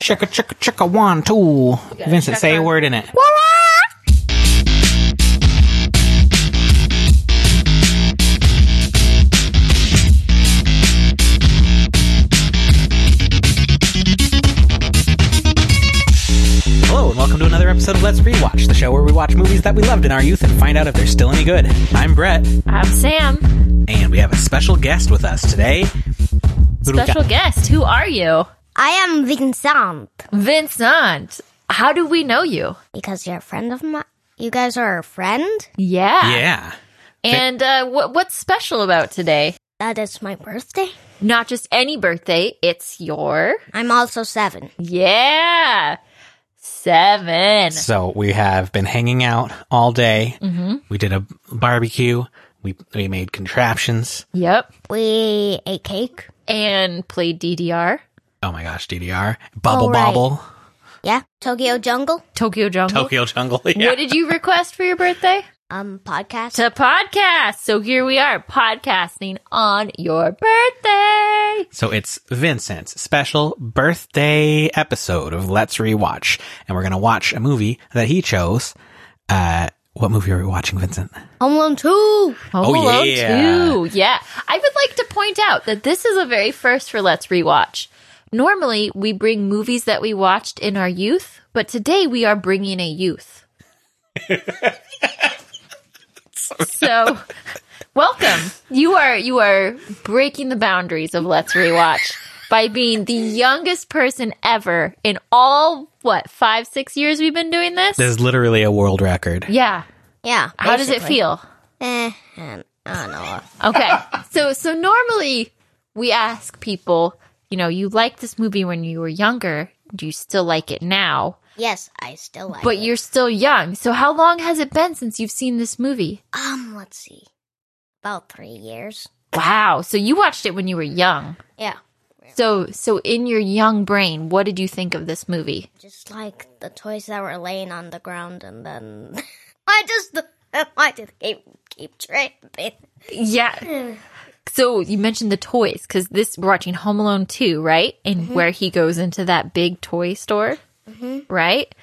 Chicka chicka chicka one two. Vincent, say a word in it. Hello and welcome to another episode of Let's Rewatch, the show where we watch movies that we loved in our youth and find out if they're still any good. I'm Brett, I'm Sam. and we have a special guest with us today. Who do we Special got? guest. Who are you? I am Vincent Vincent. How do we know you? because you're a friend of mine. You guys are a friend? Yeah. Yeah. And uh, what what's special about today? That is my birthday. Not just any birthday, it's your. I'm also seven. Yeah. Seven. So we have been hanging out all day. We did a barbecue. We we made contraptions. Yep. We ate cake. And played DDR, Oh my gosh, DDR, Bubble Oh, right. Bobble, Yeah. Tokyo Jungle. Tokyo Jungle. Tokyo Jungle. Yeah. What did you request for your birthday? Um, podcast. To podcast. So here we are, podcasting on your birthday. So it's Vincent's special birthday episode of Let's Rewatch, and we're gonna watch a movie that he chose. Uh, what movie are we watching, Vincent? Home Alone 2. Home Oh, Alone yeah. 2. Yeah. I would like to point out that this is a very first for Let's Rewatch. Normally, we bring movies that we watched in our youth, but today we are bringing a youth. so, welcome. You are you are breaking the boundaries of Let's Rewatch by being the youngest person ever in all what, 5 6 years we've been doing this? This is literally a world record. yeah. Yeah. How does it basically. feel? Eh, and I don't know. Okay. so so normally we ask people, you know, you liked this movie when you were younger. Do you still like it now? Yes, I still like But it. you're still young. So how long has it been since you've seen this movie? Um, let's see. About three years. Wow. So you watched it when you were young. Yeah. So so in your young brain, what did you think of this movie? Just like the toys that were laying on the ground and then... I just... I did keep, keep tripping. Yeah. So you mentioned the toys cuz this we're watching Home Alone 2, right? And Mm-hmm. where he goes into that big toy store, right?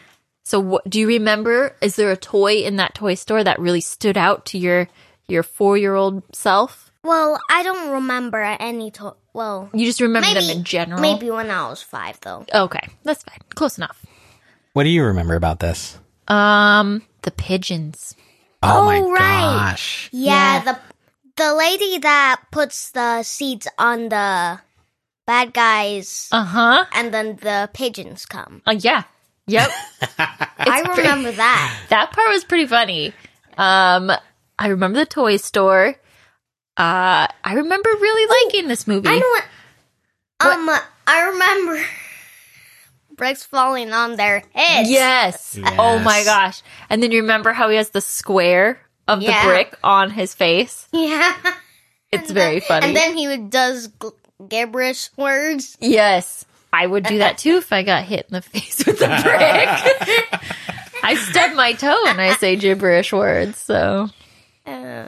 So what do you remember is there a toy in that toy store that really stood out to your your 4-year-old self? Well, I don't remember any to- well, You just remember maybe them in general. Maybe when I was 5 though. Okay, that's fine. Close enough. What do you remember about this? Um the pigeons. Oh, my Oh, right. gosh! Yeah, Yeah. the the lady that puts the seeds on the bad guys Uh-huh. and then the pigeons come. Uh, yeah. Yep. I pretty- remember that. that part was pretty funny. Um, I remember the toy store. Uh, I remember really liking this movie. Oh, I know what Um I remember bricks falling on their heads. yes. Yes. Oh my gosh. And then you remember how he has the square of Yeah. the brick on his face? Yeah. It's very funny. And then he would- does gl- gibberish words. yes. I would do that too if I got hit in the face with a brick. I stub my toe and I say gibberish words. So, Uh,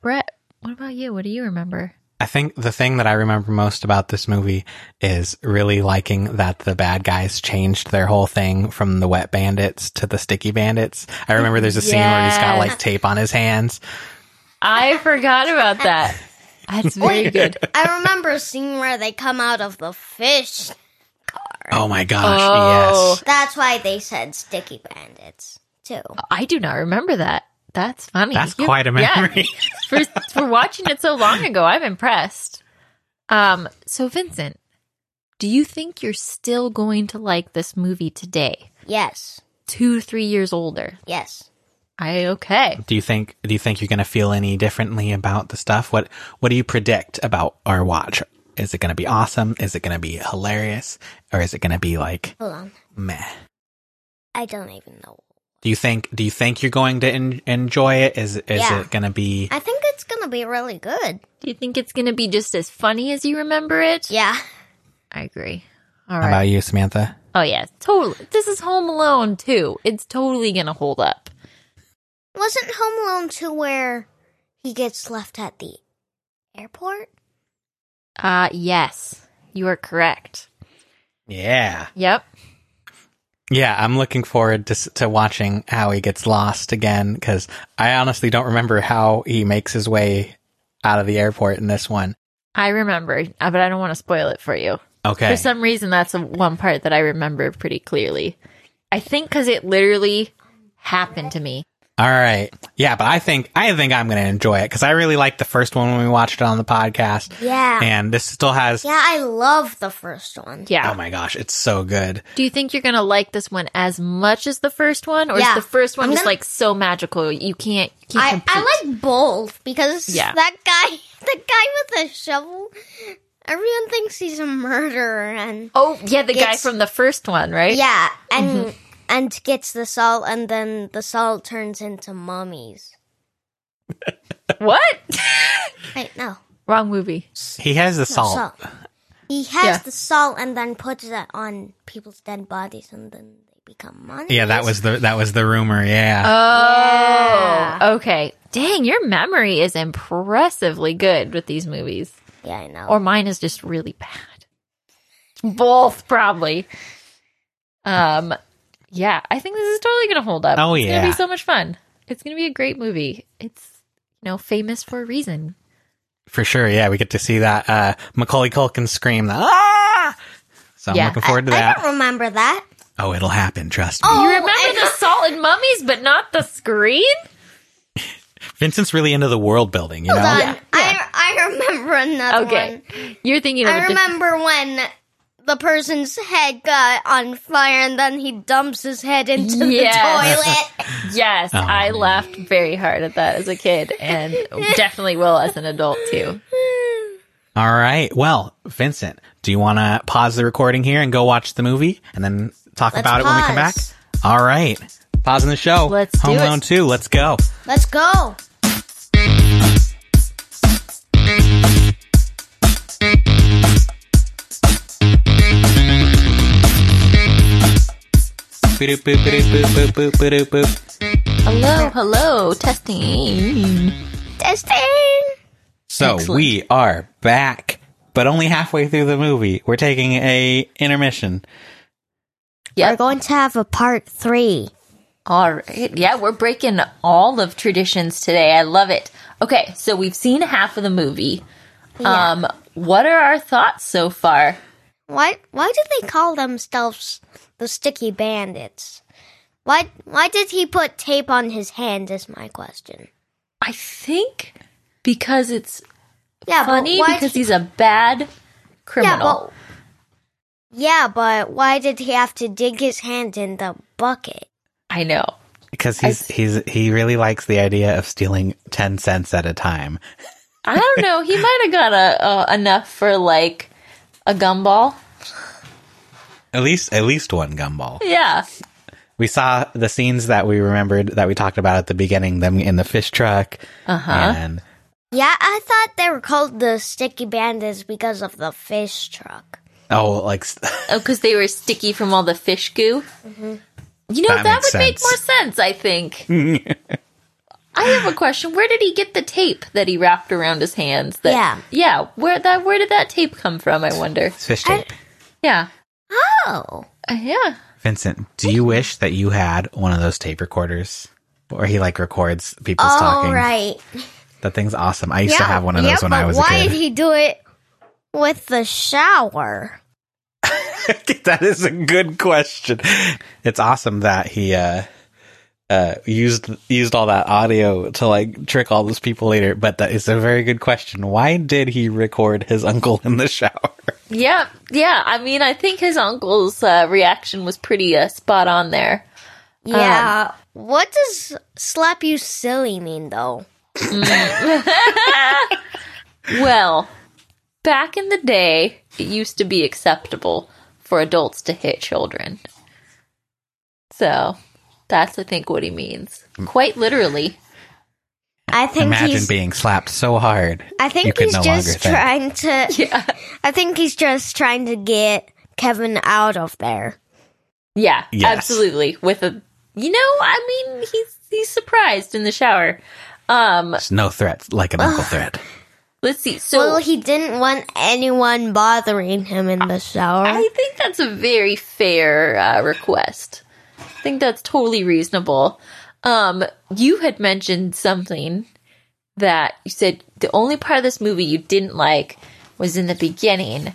Brett, what about you? What do you remember? I think the thing that I remember most about this movie is really liking that the bad guys changed their whole thing from the wet bandits to the sticky bandits. I remember there's a scene where he's got like Yes. tape on his hands. I forgot about that. That's very good. I remember a scene where they come out of the fish. Oh my gosh, Oh. yes. That's why they said sticky bandits too. I do not remember that. That's funny. That's You- quite a memory. Yeah, for, for watching it so long ago, I'm impressed. Um, so Vincent, do you think you're still going to like this movie today? Yes, Two, three years older. yes. I okay. Do you think do you think you're going to feel any differently about the stuff? What what do you predict about our watch? Is it going to be awesome? Is it going to be hilarious? Or is it going to be like Hold on, meh? I don't even know. Do you think do you think you're going to en- enjoy it? Is is Yeah. it going to be I think it's gonna be really good. Do you think it's going to be just as funny as you remember it? Yeah, I agree. All How right. about you, Samantha? Oh yeah, totally. This is Home Alone too. It's totally going to hold up. wasn't Home Alone two where he gets left at the airport? Uh yes, you are correct. Yeah. Yep. Yeah, I'm looking forward to s- to watching how he gets lost again because I honestly don't remember how he makes his way out of the airport in this one. I remember, uh, but I don't want to spoil it for you. Okay, For some reason, that's the one part that I remember pretty clearly. I think because it literally happened to me. all right, yeah, but I think I think I'm going to enjoy it because I really liked the first one when we watched it on the podcast, Yeah. and this still has. Yeah, I love the first one. Yeah. Oh my gosh, it's so good. Do you think you're going to like this one as much as the first one? Or Yeah. is the first one I'm just gonna- like so magical you can't, you can't I, compete? I like both because Yeah. that guy, the guy with the shovel, everyone thinks he's a murderer and Oh, yeah, the guy It's- from the first one, right? yeah, and Mm-hmm. and gets the salt and then the salt turns into mummies. What? Wait, no. Wrong movie. He has the salt. Salt. He has Yeah. the salt and then puts it on people's dead bodies and then they become mummies. Yeah, that was the that was the rumor. Yeah, Oh, okay. Dang, your memory is impressively good with these movies. Yeah, I know. Or mine is just really bad. Both, probably. Um, yeah, I think this is totally going to hold up. Oh, it's gonna yeah. be so much fun. It's gonna be a great movie. It's you know famous for a reason. for sure. Yeah, we get to see that uh, Macaulay Culkin scream. The, ah! So I'm Yeah, looking forward to I that. don't remember that. Oh, it'll happen. Trust me. Oh, you remember I- the salt and mummies, but not the screen. Vincent's really into the world building. You know. Hold on. Yeah, I, I remember another Okay, one. you're thinking of a I different- remember when the person's head got on fire and then he dumps his head into Yes. the toilet. Yes, I Oh, man. laughed very hard at that as a kid, and definitely will as an adult too. All right. Well, Vincent, do you want to pause the recording here and go watch the movie and then talk Let's about it when we come back? pause. All right. Pausing the show. Let's do Home it. Alone 2. Let's go. Let's go. Boop, boop, boop, boop, boop, boop, boop. Hello, hello, testing. Testing. So Excellent. we are back, but only halfway through the movie. We're taking a intermission. We're going to have a part three. All right. Yeah, we're breaking all of traditions today. I love it. Okay, so we've seen half of the movie. Um, what are our thoughts so far? Why? Why did they call themselves the Sticky Bandits? Why? Why did he put tape on his hand? Is my question. I think because it's Yeah, funny but why because he's a bad criminal. Yeah, but why did he have to dig his hand in the bucket? I know. Because he's, he's, he really likes the idea of stealing 10 cents at a time. I don't know. He might have got a, a enough for like a gumball. At least, at least one gumball. Yeah. we saw the scenes that we remembered that we talked about at the beginning them in the fish truck uh-huh and Yeah, I thought they were called the Sticky Bandits because of the fish truck. oh like s- Oh, because they were sticky from all the fish goo. You know Mm-hmm. That that, makes would make more sense. sense. I think. I have a question. Where did he get the tape that he wrapped around his hands? That, Yeah. yeah. Where that? Where did that tape come from? I wonder. fish tape Yeah, Oh, Uh, yeah. vincent do you wish that you had one of those tape recorders where he like records people's all talking right. that thing's awesome i used to have one of yeah, those when but i was why a did kid he do it with the shower? that is a good question it's awesome that he uh uh, used used all that audio to like trick all those people later, but that is a very good question. Why did he record his uncle in the shower? Yeah, yeah. I mean, I think his uncle's uh, reaction was pretty uh, spot on there. Yeah. Um, what does slap you silly mean, though? Well, back in the day, it used to be acceptable for adults to hit children. So, that's I think what he means. Quite literally. I think Imagine he's. being slapped so hard. I you think could he's no longer just think. trying to. Yeah. I think he's just trying to get Kevin out of there. Yeah, Yes. absolutely. With a You know, I mean, he's he's surprised in the shower. Um There's no threat like an uncle threat. Let's see. Oh. So Well, he didn't want anyone bothering him in the shower. I think that's a very fair uh, request. I think that's totally reasonable. Um, you had mentioned something that you said the only part of this movie you didn't like was in the beginning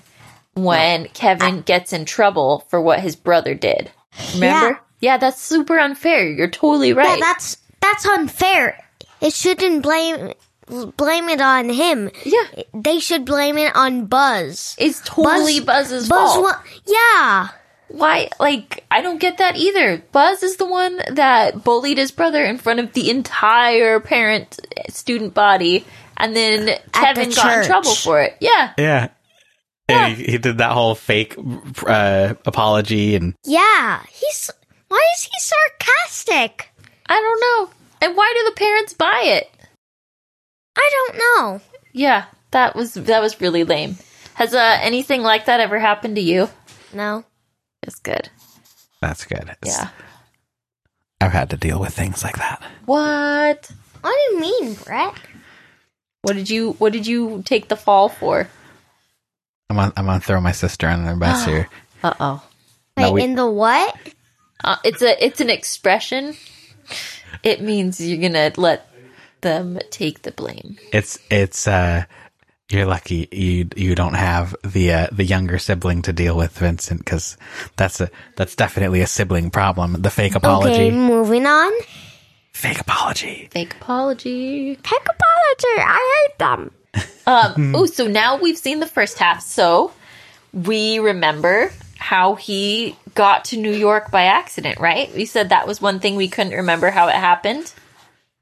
when Kevin gets in trouble for what his brother did. Remember? Yeah, that's super unfair. You're totally yeah, right. that's that's unfair. It shouldn't blame blame it on him. Yeah. They should blame it on Buzz. it's totally Buzz's Buzz fault. wa- yeah. Why? Like, I don't get that either. Buzz is the one that bullied his brother in front of the entire parent eh, student body, and then Kevin the got in church. trouble for it. Yeah. Yeah. And he, he did that whole fake uh, apology and Yeah. He's why is he sarcastic? I don't know. And why do the parents buy it? I don't know. Yeah, that was that was really lame. Has uh, anything like that ever happened to you? No. It's good. that's good. It's- Yeah. I've had to deal with things like that. What? What do you mean, Brett? What did you What did you take the fall for? I'm on, I'm gonna throw my sister under the bus here. Uh oh. Wait, No, we- in the what? Uh, it's a it's an expression. It means you're gonna let them take the blame. It's it's uh you're lucky you you don't have the uh, the younger sibling to deal with Vincent cuz that's a that's definitely a sibling problem. The fake apology. Okay, moving on. Fake apology. Fake apology. Tech apology. I hate them. Um, oh, so now we've seen the first half. So we remember how he got to New York by accident, right? We said that was one thing we couldn't remember how it happened.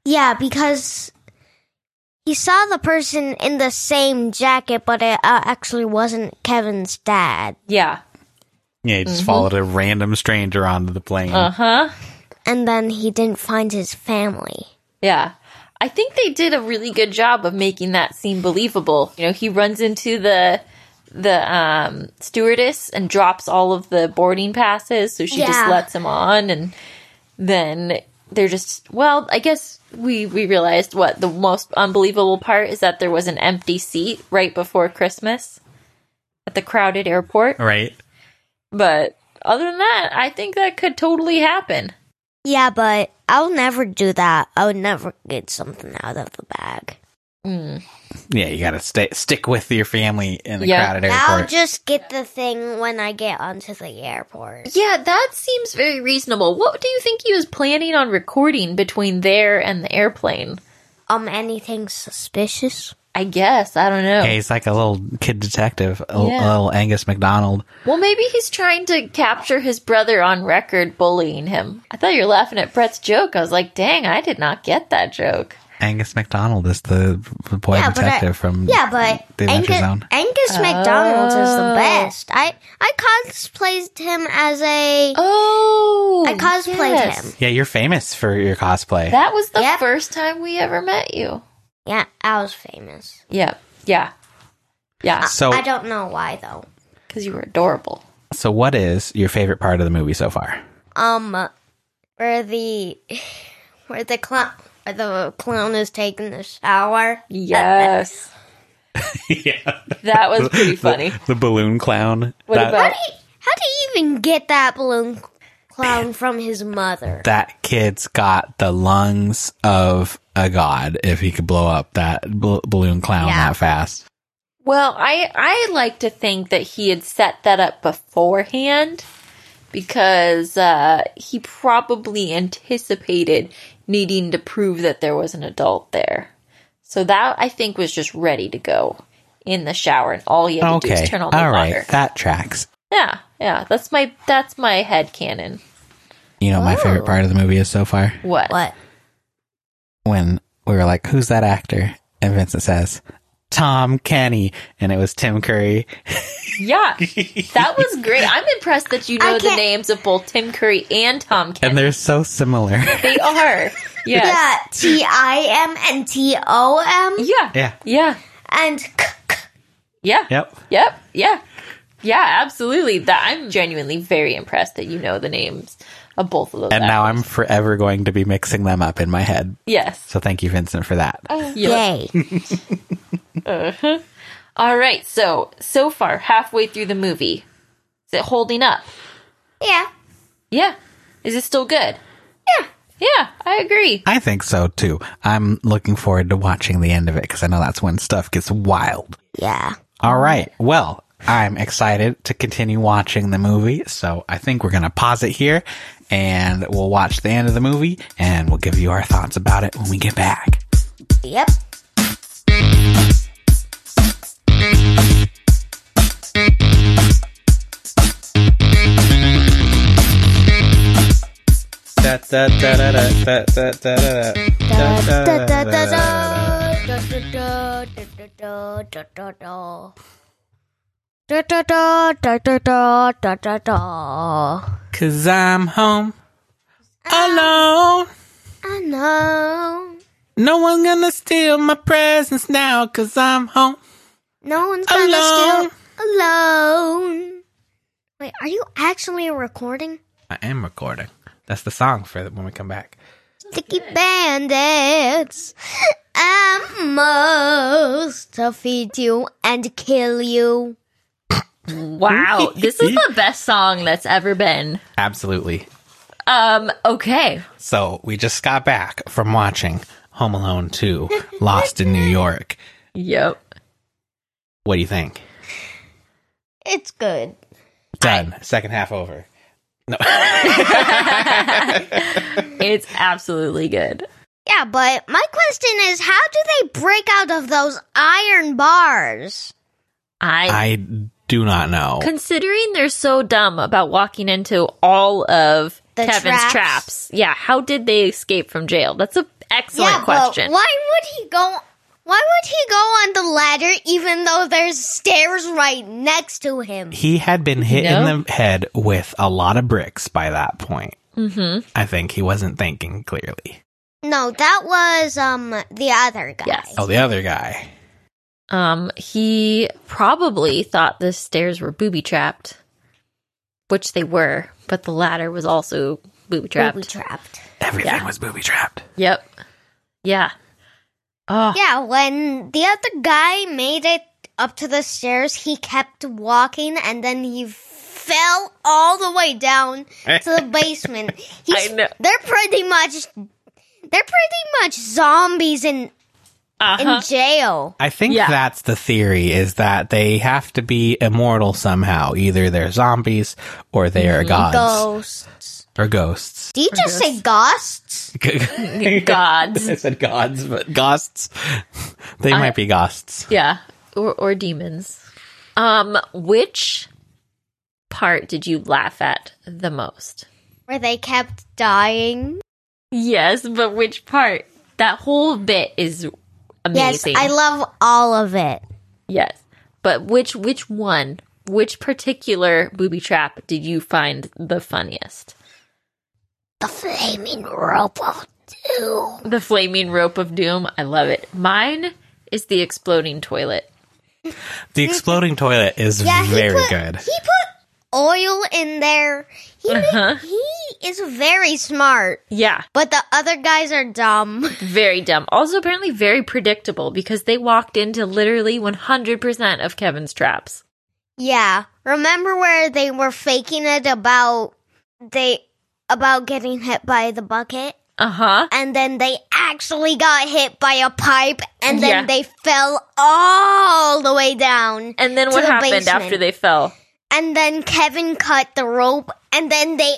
Yeah, because he saw the person in the same jacket, but it uh, actually wasn't Kevin's dad. Yeah. Yeah, you just followed a random stranger onto the plane. Uh huh. And then he didn't find his family. Yeah. I think they did a really good job of making that seem believable. You know, he runs into the the um stewardess and drops all of the boarding passes, so she just Yeah. lets him on and then they're just well, I guess we we realized what the most unbelievable part is that there was an empty seat right before Christmas at the crowded airport. Right? But other than that, I think that could totally happen. Yeah, but I'll never do that. I would never get something out of the bag. Yeah, you got to stay stick with your family in the Yeah. crowded I'll airport. just get the thing when I get onto the airport. Yeah, that seems very reasonable. What do you think he was planning on recording between there and the airplane? Um, anything suspicious? I guess. I don't know. yeah, he's like a little kid detective, a, a Yeah. little Angus McDonald. Well, maybe he's trying to capture his brother on record bullying him. I thought you were laughing at Brett's joke. I was like, dang, I did not get that joke. Angus McDonald is the boy Yeah, but I- detective from Yeah, but The Adventure Angus, Zone. Angus McDonald's is the best. I I cosplayed him as a Oh. I cosplayed yes. him. Yeah, you're famous for your cosplay. That was the Yep. first time we ever met you. Yeah, I was famous. Yeah. Yeah. Yeah. so I don't know why though. Because you were adorable. so what is your favorite part of the movie so far? Um, where the where the clown where the clown is taking a shower. Yes. yeah. that was pretty funny. The balloon clown. What that, about. How do you even get that balloon clown from his mother? that kid's got the lungs of a god if he could blow up that bl- balloon clown Yeah. that fast. Well, I I like to think that he had set that up beforehand because uh, he probably anticipated needing to prove that there was an adult there. So that I think was just ready to go in the shower, and all you had to do Okay. is turn on the All right. water. That tracks. Yeah, yeah. That's my that's my head canon. You know, what my favorite part of the movie is so far What? What? when we were like, "Who's that actor?" and Vincent says, "Tom Kenny," and it was Tim Curry. Yeah, that was great. I'm impressed that you know the can't- names of both Tim Curry and Tom And Kenny. they're so similar. They are. Yes. Yeah, T I M and T O M Yeah. yeah. Yeah. and K- K- Yeah. Yep. Yep. Yeah. Yeah, absolutely. That I'm genuinely very impressed that you know the names of both of those. And now actors. I'm forever going to be mixing them up in my head. yes. So thank you, Vincent, for that. Yeah. Yay. All right. So so far, halfway through the movie, is it holding up? yeah. Yeah. Is it still good? Yeah. Yeah, I agree. I think so too. I'm looking forward to watching the end of it because I know that's when stuff gets wild. Yeah. All right. Well, I'm excited to continue watching the movie. So I think we're going to pause it here and we'll watch the end of the movie and we'll give you our thoughts about it when we get back. Yep. Da, da, da, da, da. Da, da, da, da, da, da, da. Da, da, da, da, da, da, da, da, da. Cause I'm home alone. I know. No one's gonna steal my presents now cause I'm home. No one's gonna Alone. steal alone. Wait, are you actually recording? I am recording. That's the song for when we come back. Sticky bandits. I'm most to feed you and kill you. Wow, this is the best song that's ever been. Absolutely. Um, okay. So we just got back from watching Home Alone 2 Lost in New York. Yep. What do you think? It's good. Done. Second half over. It's absolutely good. Yeah, but my question is how do they break out of those iron bars? I I do not know. considering they're so dumb about walking into all of The Kevin's traps. traps. Yeah, how did they escape from jail? That's an excellent yeah, question. but why would he go why would he go on the ladder even though there's stairs right next to him? He had been hit know? in the head with a lot of bricks by that point. Mm-hmm. I think he wasn't thinking clearly. No, that was um the other guy. Yes. Oh, the other guy. Um, he probably thought the stairs were booby trapped, which they were, but the ladder was also booby trapped. Booby trapped. Everything Yeah. was booby trapped. Yep. Yeah. Oh, Yeah, when the other guy made it up to the stairs, he kept walking and then he fell all the way down to the basement. He's, know. They're pretty much they're pretty much zombies in in uh-huh. jail. I think Yeah. that's the theory is that they have to be immortal somehow. Either they're zombies or they Mm-hmm. are gods Ghosts. or ghosts. Did you just say ghosts? gods. I said gods, but ghosts. They might be ghosts. Yeah, or or demons. Um, which part did you laugh at the most? Where they kept dying. Yes, but which part? That whole bit is amazing. Yes, I love all of it. yes, but which which one? Which particular booby trap did you find the funniest? The flaming rope of doom. The flaming rope of doom. I love it. Mine is the exploding toilet. The exploding toilet is Yeah, he very put- good. He put oil in there. He ma- Uh-huh. he is very smart, Yeah, but the other guys are dumb. very dumb. Also, apparently, very predictable because they walked into literally 100% of Kevin's traps. yeah, remember where they were faking it about they about getting hit by the bucket? Uh huh. and then they actually got hit by a pipe and then Yeah. they fell all the way down And then To what the happened basement. after they fell? and then kevin cut the rope and then they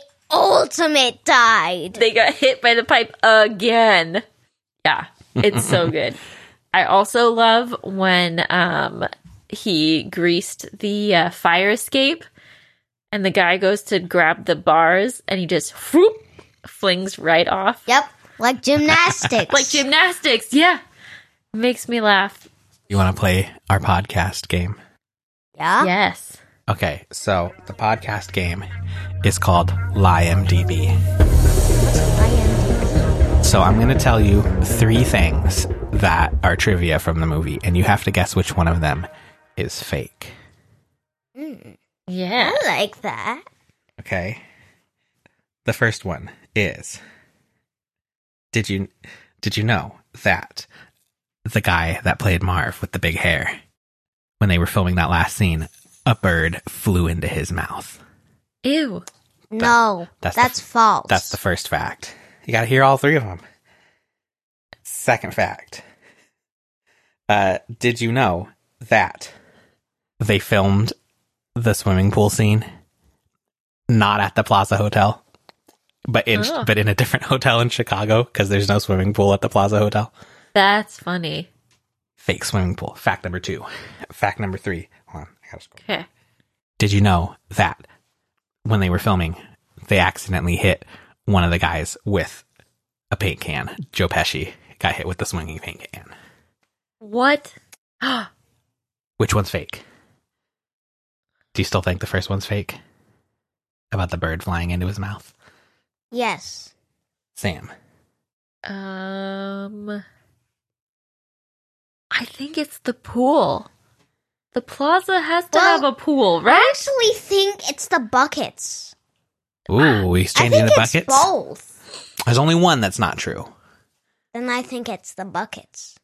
ultimate died They got hit by the pipe again. Yeah, it's so good. I also love when um he greased the uh, fire escape, and the guy goes to grab the bars, and he just whoop, flings right off yep like gymnastics like gymnastics. Yeah, makes me laugh. You want to play our podcast game? yeah Yes. Okay, so the podcast game is called LimeDB. So I'm going to tell you three things that are Mm. trivia from the movie, and you have to guess which one of them is fake. Yeah. I like that. Okay. The first one is Did you did you know that the guy that played Marv with the big hair when they were filming that last scene, a bird flew into his mouth. Ew. No, that's that's, the- false. That's the first fact. You got to hear all three of them. Second fact. Uh, did you know that they filmed the swimming pool scene not at the Plaza Hotel, but in Oh. but in a different hotel in Chicago because there's no swimming pool at the Plaza Hotel? That's funny. Fake swimming pool. Fact number two. Fact number three. Hold on, I gotta scroll. Okay. Did you know that when they were filming, they accidentally hit one of the guys with a paint can? Joe Pesci got hit with the swinging paint can. What? Oh, Which one's fake? Do you still think the first one's fake? About the bird flying into his mouth? yes. Sam. Um, I think it's the pool. The plaza has to Well, have a pool, I right? actually think it's the buckets. Ooh, he's Ah, I changing think the it's buckets. both. There's only one that's not true. Then I think it's the buckets.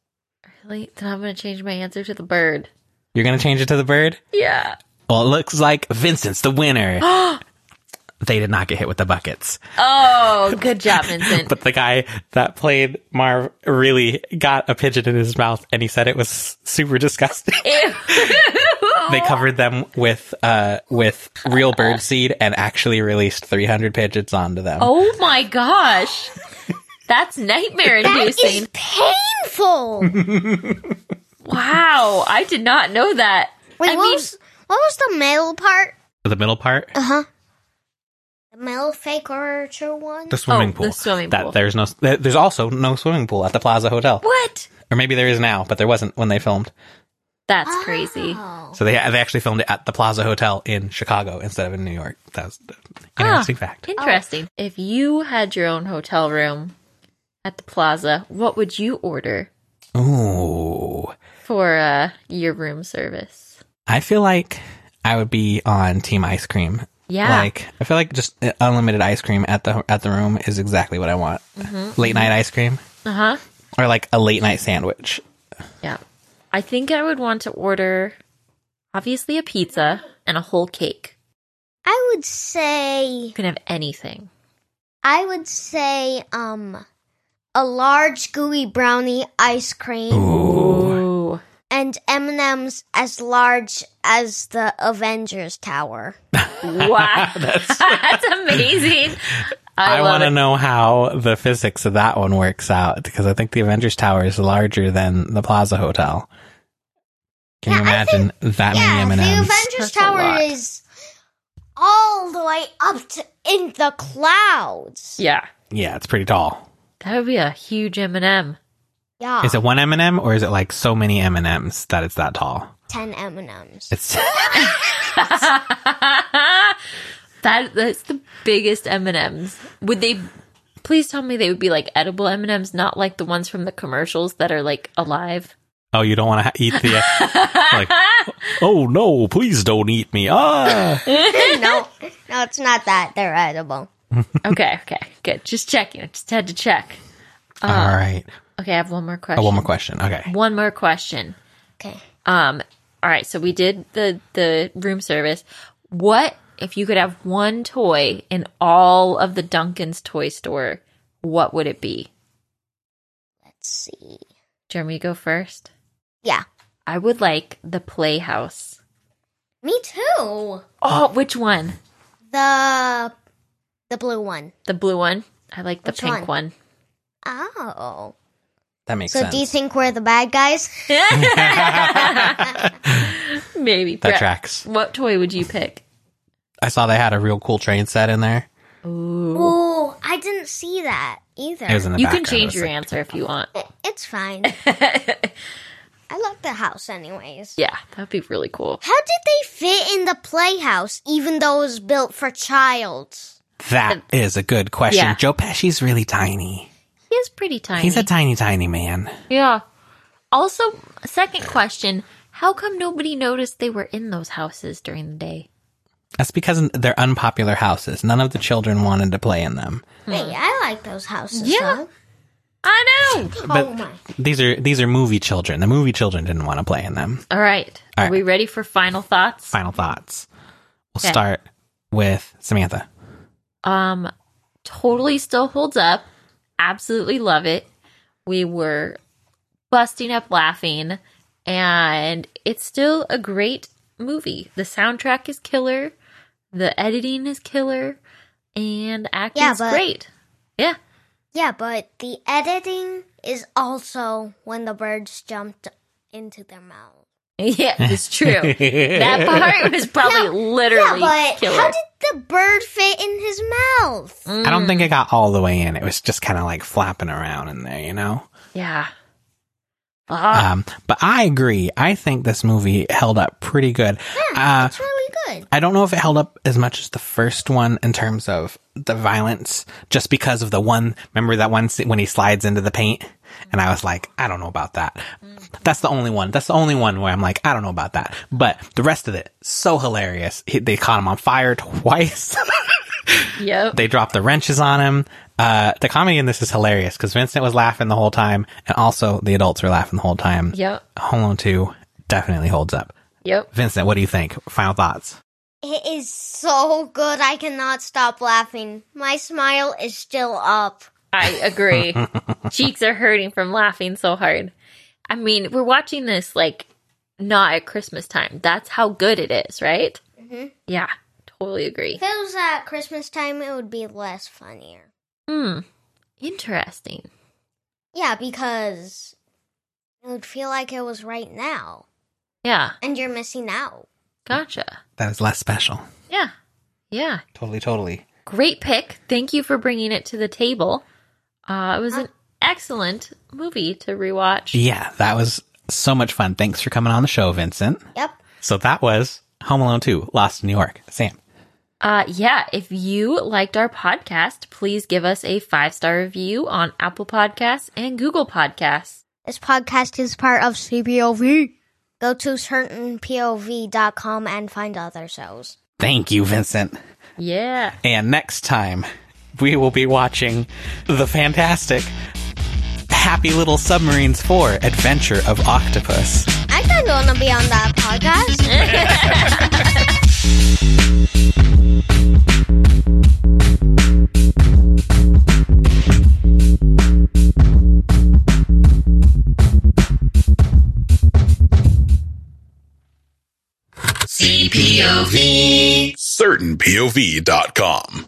Really? Then I'm gonna change my answer to the bird. You're gonna change it to the bird? Yeah. Well, it looks like Vincent's the Ah. winner. they did not get hit with the buckets. Oh, good job, Vincent. But the guy that played Marv really got a pigeon in his mouth, and he said it was super disgusting. Ew. they covered them with uh, with real bird seed and actually released 300 pigeons onto them. oh my gosh, that's nightmare That is inducing. painful. Wait, Wow, I did not know that. I what, mean, was, what was the middle part? The middle part, Uh huh. The middle fake orature one? the swimming Oh, the pool. swimming that pool. there's no there- there's also no swimming pool at the Plaza Hotel, what? or maybe there is now, but there wasn't when they filmed. That's crazy. Oh. So they they actually filmed it at the Plaza Hotel in Chicago instead of in New York. That's an Ah. interesting fact. Oh. Interesting. If you had your own hotel room at the plaza, what would you order Ooh. for uh, your room service? I feel like I would be on team ice cream. Yeah. Like I feel like just uh, unlimited ice cream at the at the room is exactly what I want. Late night ice cream Uh huh. or like a late night sandwich. Yeah. I think I would want to order obviously a pizza and a whole cake. I would say You can have anything. I would say um a large gooey brownie ice cream Ooh. and M&Ms as large as the Avengers Tower. Wow. that's, amazing. I, I love want to it. know how the physics of that one works out because I think the Avengers Tower is larger than the Plaza Hotel. Can you Yeah, I imagine that yeah, many the M&Ms? Avengers That's a Tower lot. is all the way up to in the clouds. Yeah. yeah, it's pretty tall. That would be a huge M&M. Yeah, Is it one M&M or is it like so many M&Ms that it's that tall? ten M&Ms. It's That that's the biggest M and M's. Would they? Please tell me they would be like edible M and M's, not like the ones from the commercials that are like alive. Oh, you don't want to ha- eat the. like, oh no! Please don't eat me! Ah, no, no, it's not that. They're edible. Okay, okay, good. Just checking. I just had to check. all right. Okay, I have one more question. Oh, one more question. Okay. One more question. Okay. Um. All right. So we did the the room service. What if you could have one toy in all of the Duncan's toy store? What would it be? Let's see. Jeremy, you go first. Yeah, I would like the playhouse. me too. Oh, which one? The the blue one. The blue one. I like the Which pink one. Oh. That makes So sense. do you think we're the bad guys? Maybe. that Brett, tracks. What toy would you pick? I saw they had a real cool train set in there. Ooh. Oh, I didn't see that either. It was in the You can background. change It was your like- answer if you want. It- it's fine. I like the house anyways. Yeah, that'd be really cool. How did they fit in the playhouse even though it was built for child? That is a good question. Yeah. Joe Pesci's really tiny. He is pretty tiny. He's a tiny, tiny man. yeah. Also, second question: How come nobody noticed they were in those houses during the day? That's because they're unpopular houses. None of the children wanted to play in them. Hey, I like those houses. Hmm. Yeah. Huh? I know. oh my. These are these are movie children. The movie children didn't want to play in them. All right. All Are right. we ready for final thoughts? Final thoughts. We'll Okay. start with Samantha. Um, totally still holds up. Absolutely love it. We were busting up laughing, and it's still a great movie. The soundtrack is killer, the editing is killer, and the acting's Yeah, but- great. Yeah. Yeah, but the editing is also when the birds jumped into their mouth. Yeah, it's true. that part was probably literally yeah, but killer. Hmm. how did the bird fit in his mouth? I don't Mm. think it got all the way in. It was just kind of like flapping around in there, you know. yeah. Ah, Um, but I agree. I think this movie held up pretty good. Uh, It's really good. I don't know if it held up as much as the first one in terms of the violence, just because of the one. Remember that one scene when he slides into the paint, and I was like, I don't know about that. That's the only one. That's the only one where I'm like, I don't know about that. But the rest of it, so hilarious. He, they caught him on fire twice. Ah, yep. they dropped the wrenches on him. Uh, the comedy in this is hilarious because Vincent was laughing the whole time, and also the adults were laughing the whole time. yep. Home Alone 2 definitely holds up. Yep. Vincent, what do you think? Final thoughts. It is so good. I cannot stop laughing. My smile is still up. I agree. Cheeks are hurting from laughing so hard. I mean, we're watching this like not at Christmas time. That's how good it is, right? Yeah, totally agree. If it was at Christmas time, it would be less funnier. Hmm. Interesting. Yeah, because it would feel like it was right now, Yeah. and you're missing out. Gotcha. That is less special. Yeah. Yeah. Totally, totally. Great pick. Thank you for bringing it to the table. Uh, it was an excellent movie to rewatch. Yeah, that was so much fun. Thanks for coming on the show, Vincent. Yep. So that was Home Alone 2, Lost in New York. Sam. Uh, yeah, if you liked our podcast, please give us a five star review on Apple Podcasts and Google Podcasts. This podcast is part of CPOV. Go to certainpov.com and find other shows. Thank you, Vincent. Yeah. And next time, we will be watching the fantastic Happy Little Submarines 4 Adventure of Octopus. I kind of want to be on that podcast. CPOV. CertainPOV.com.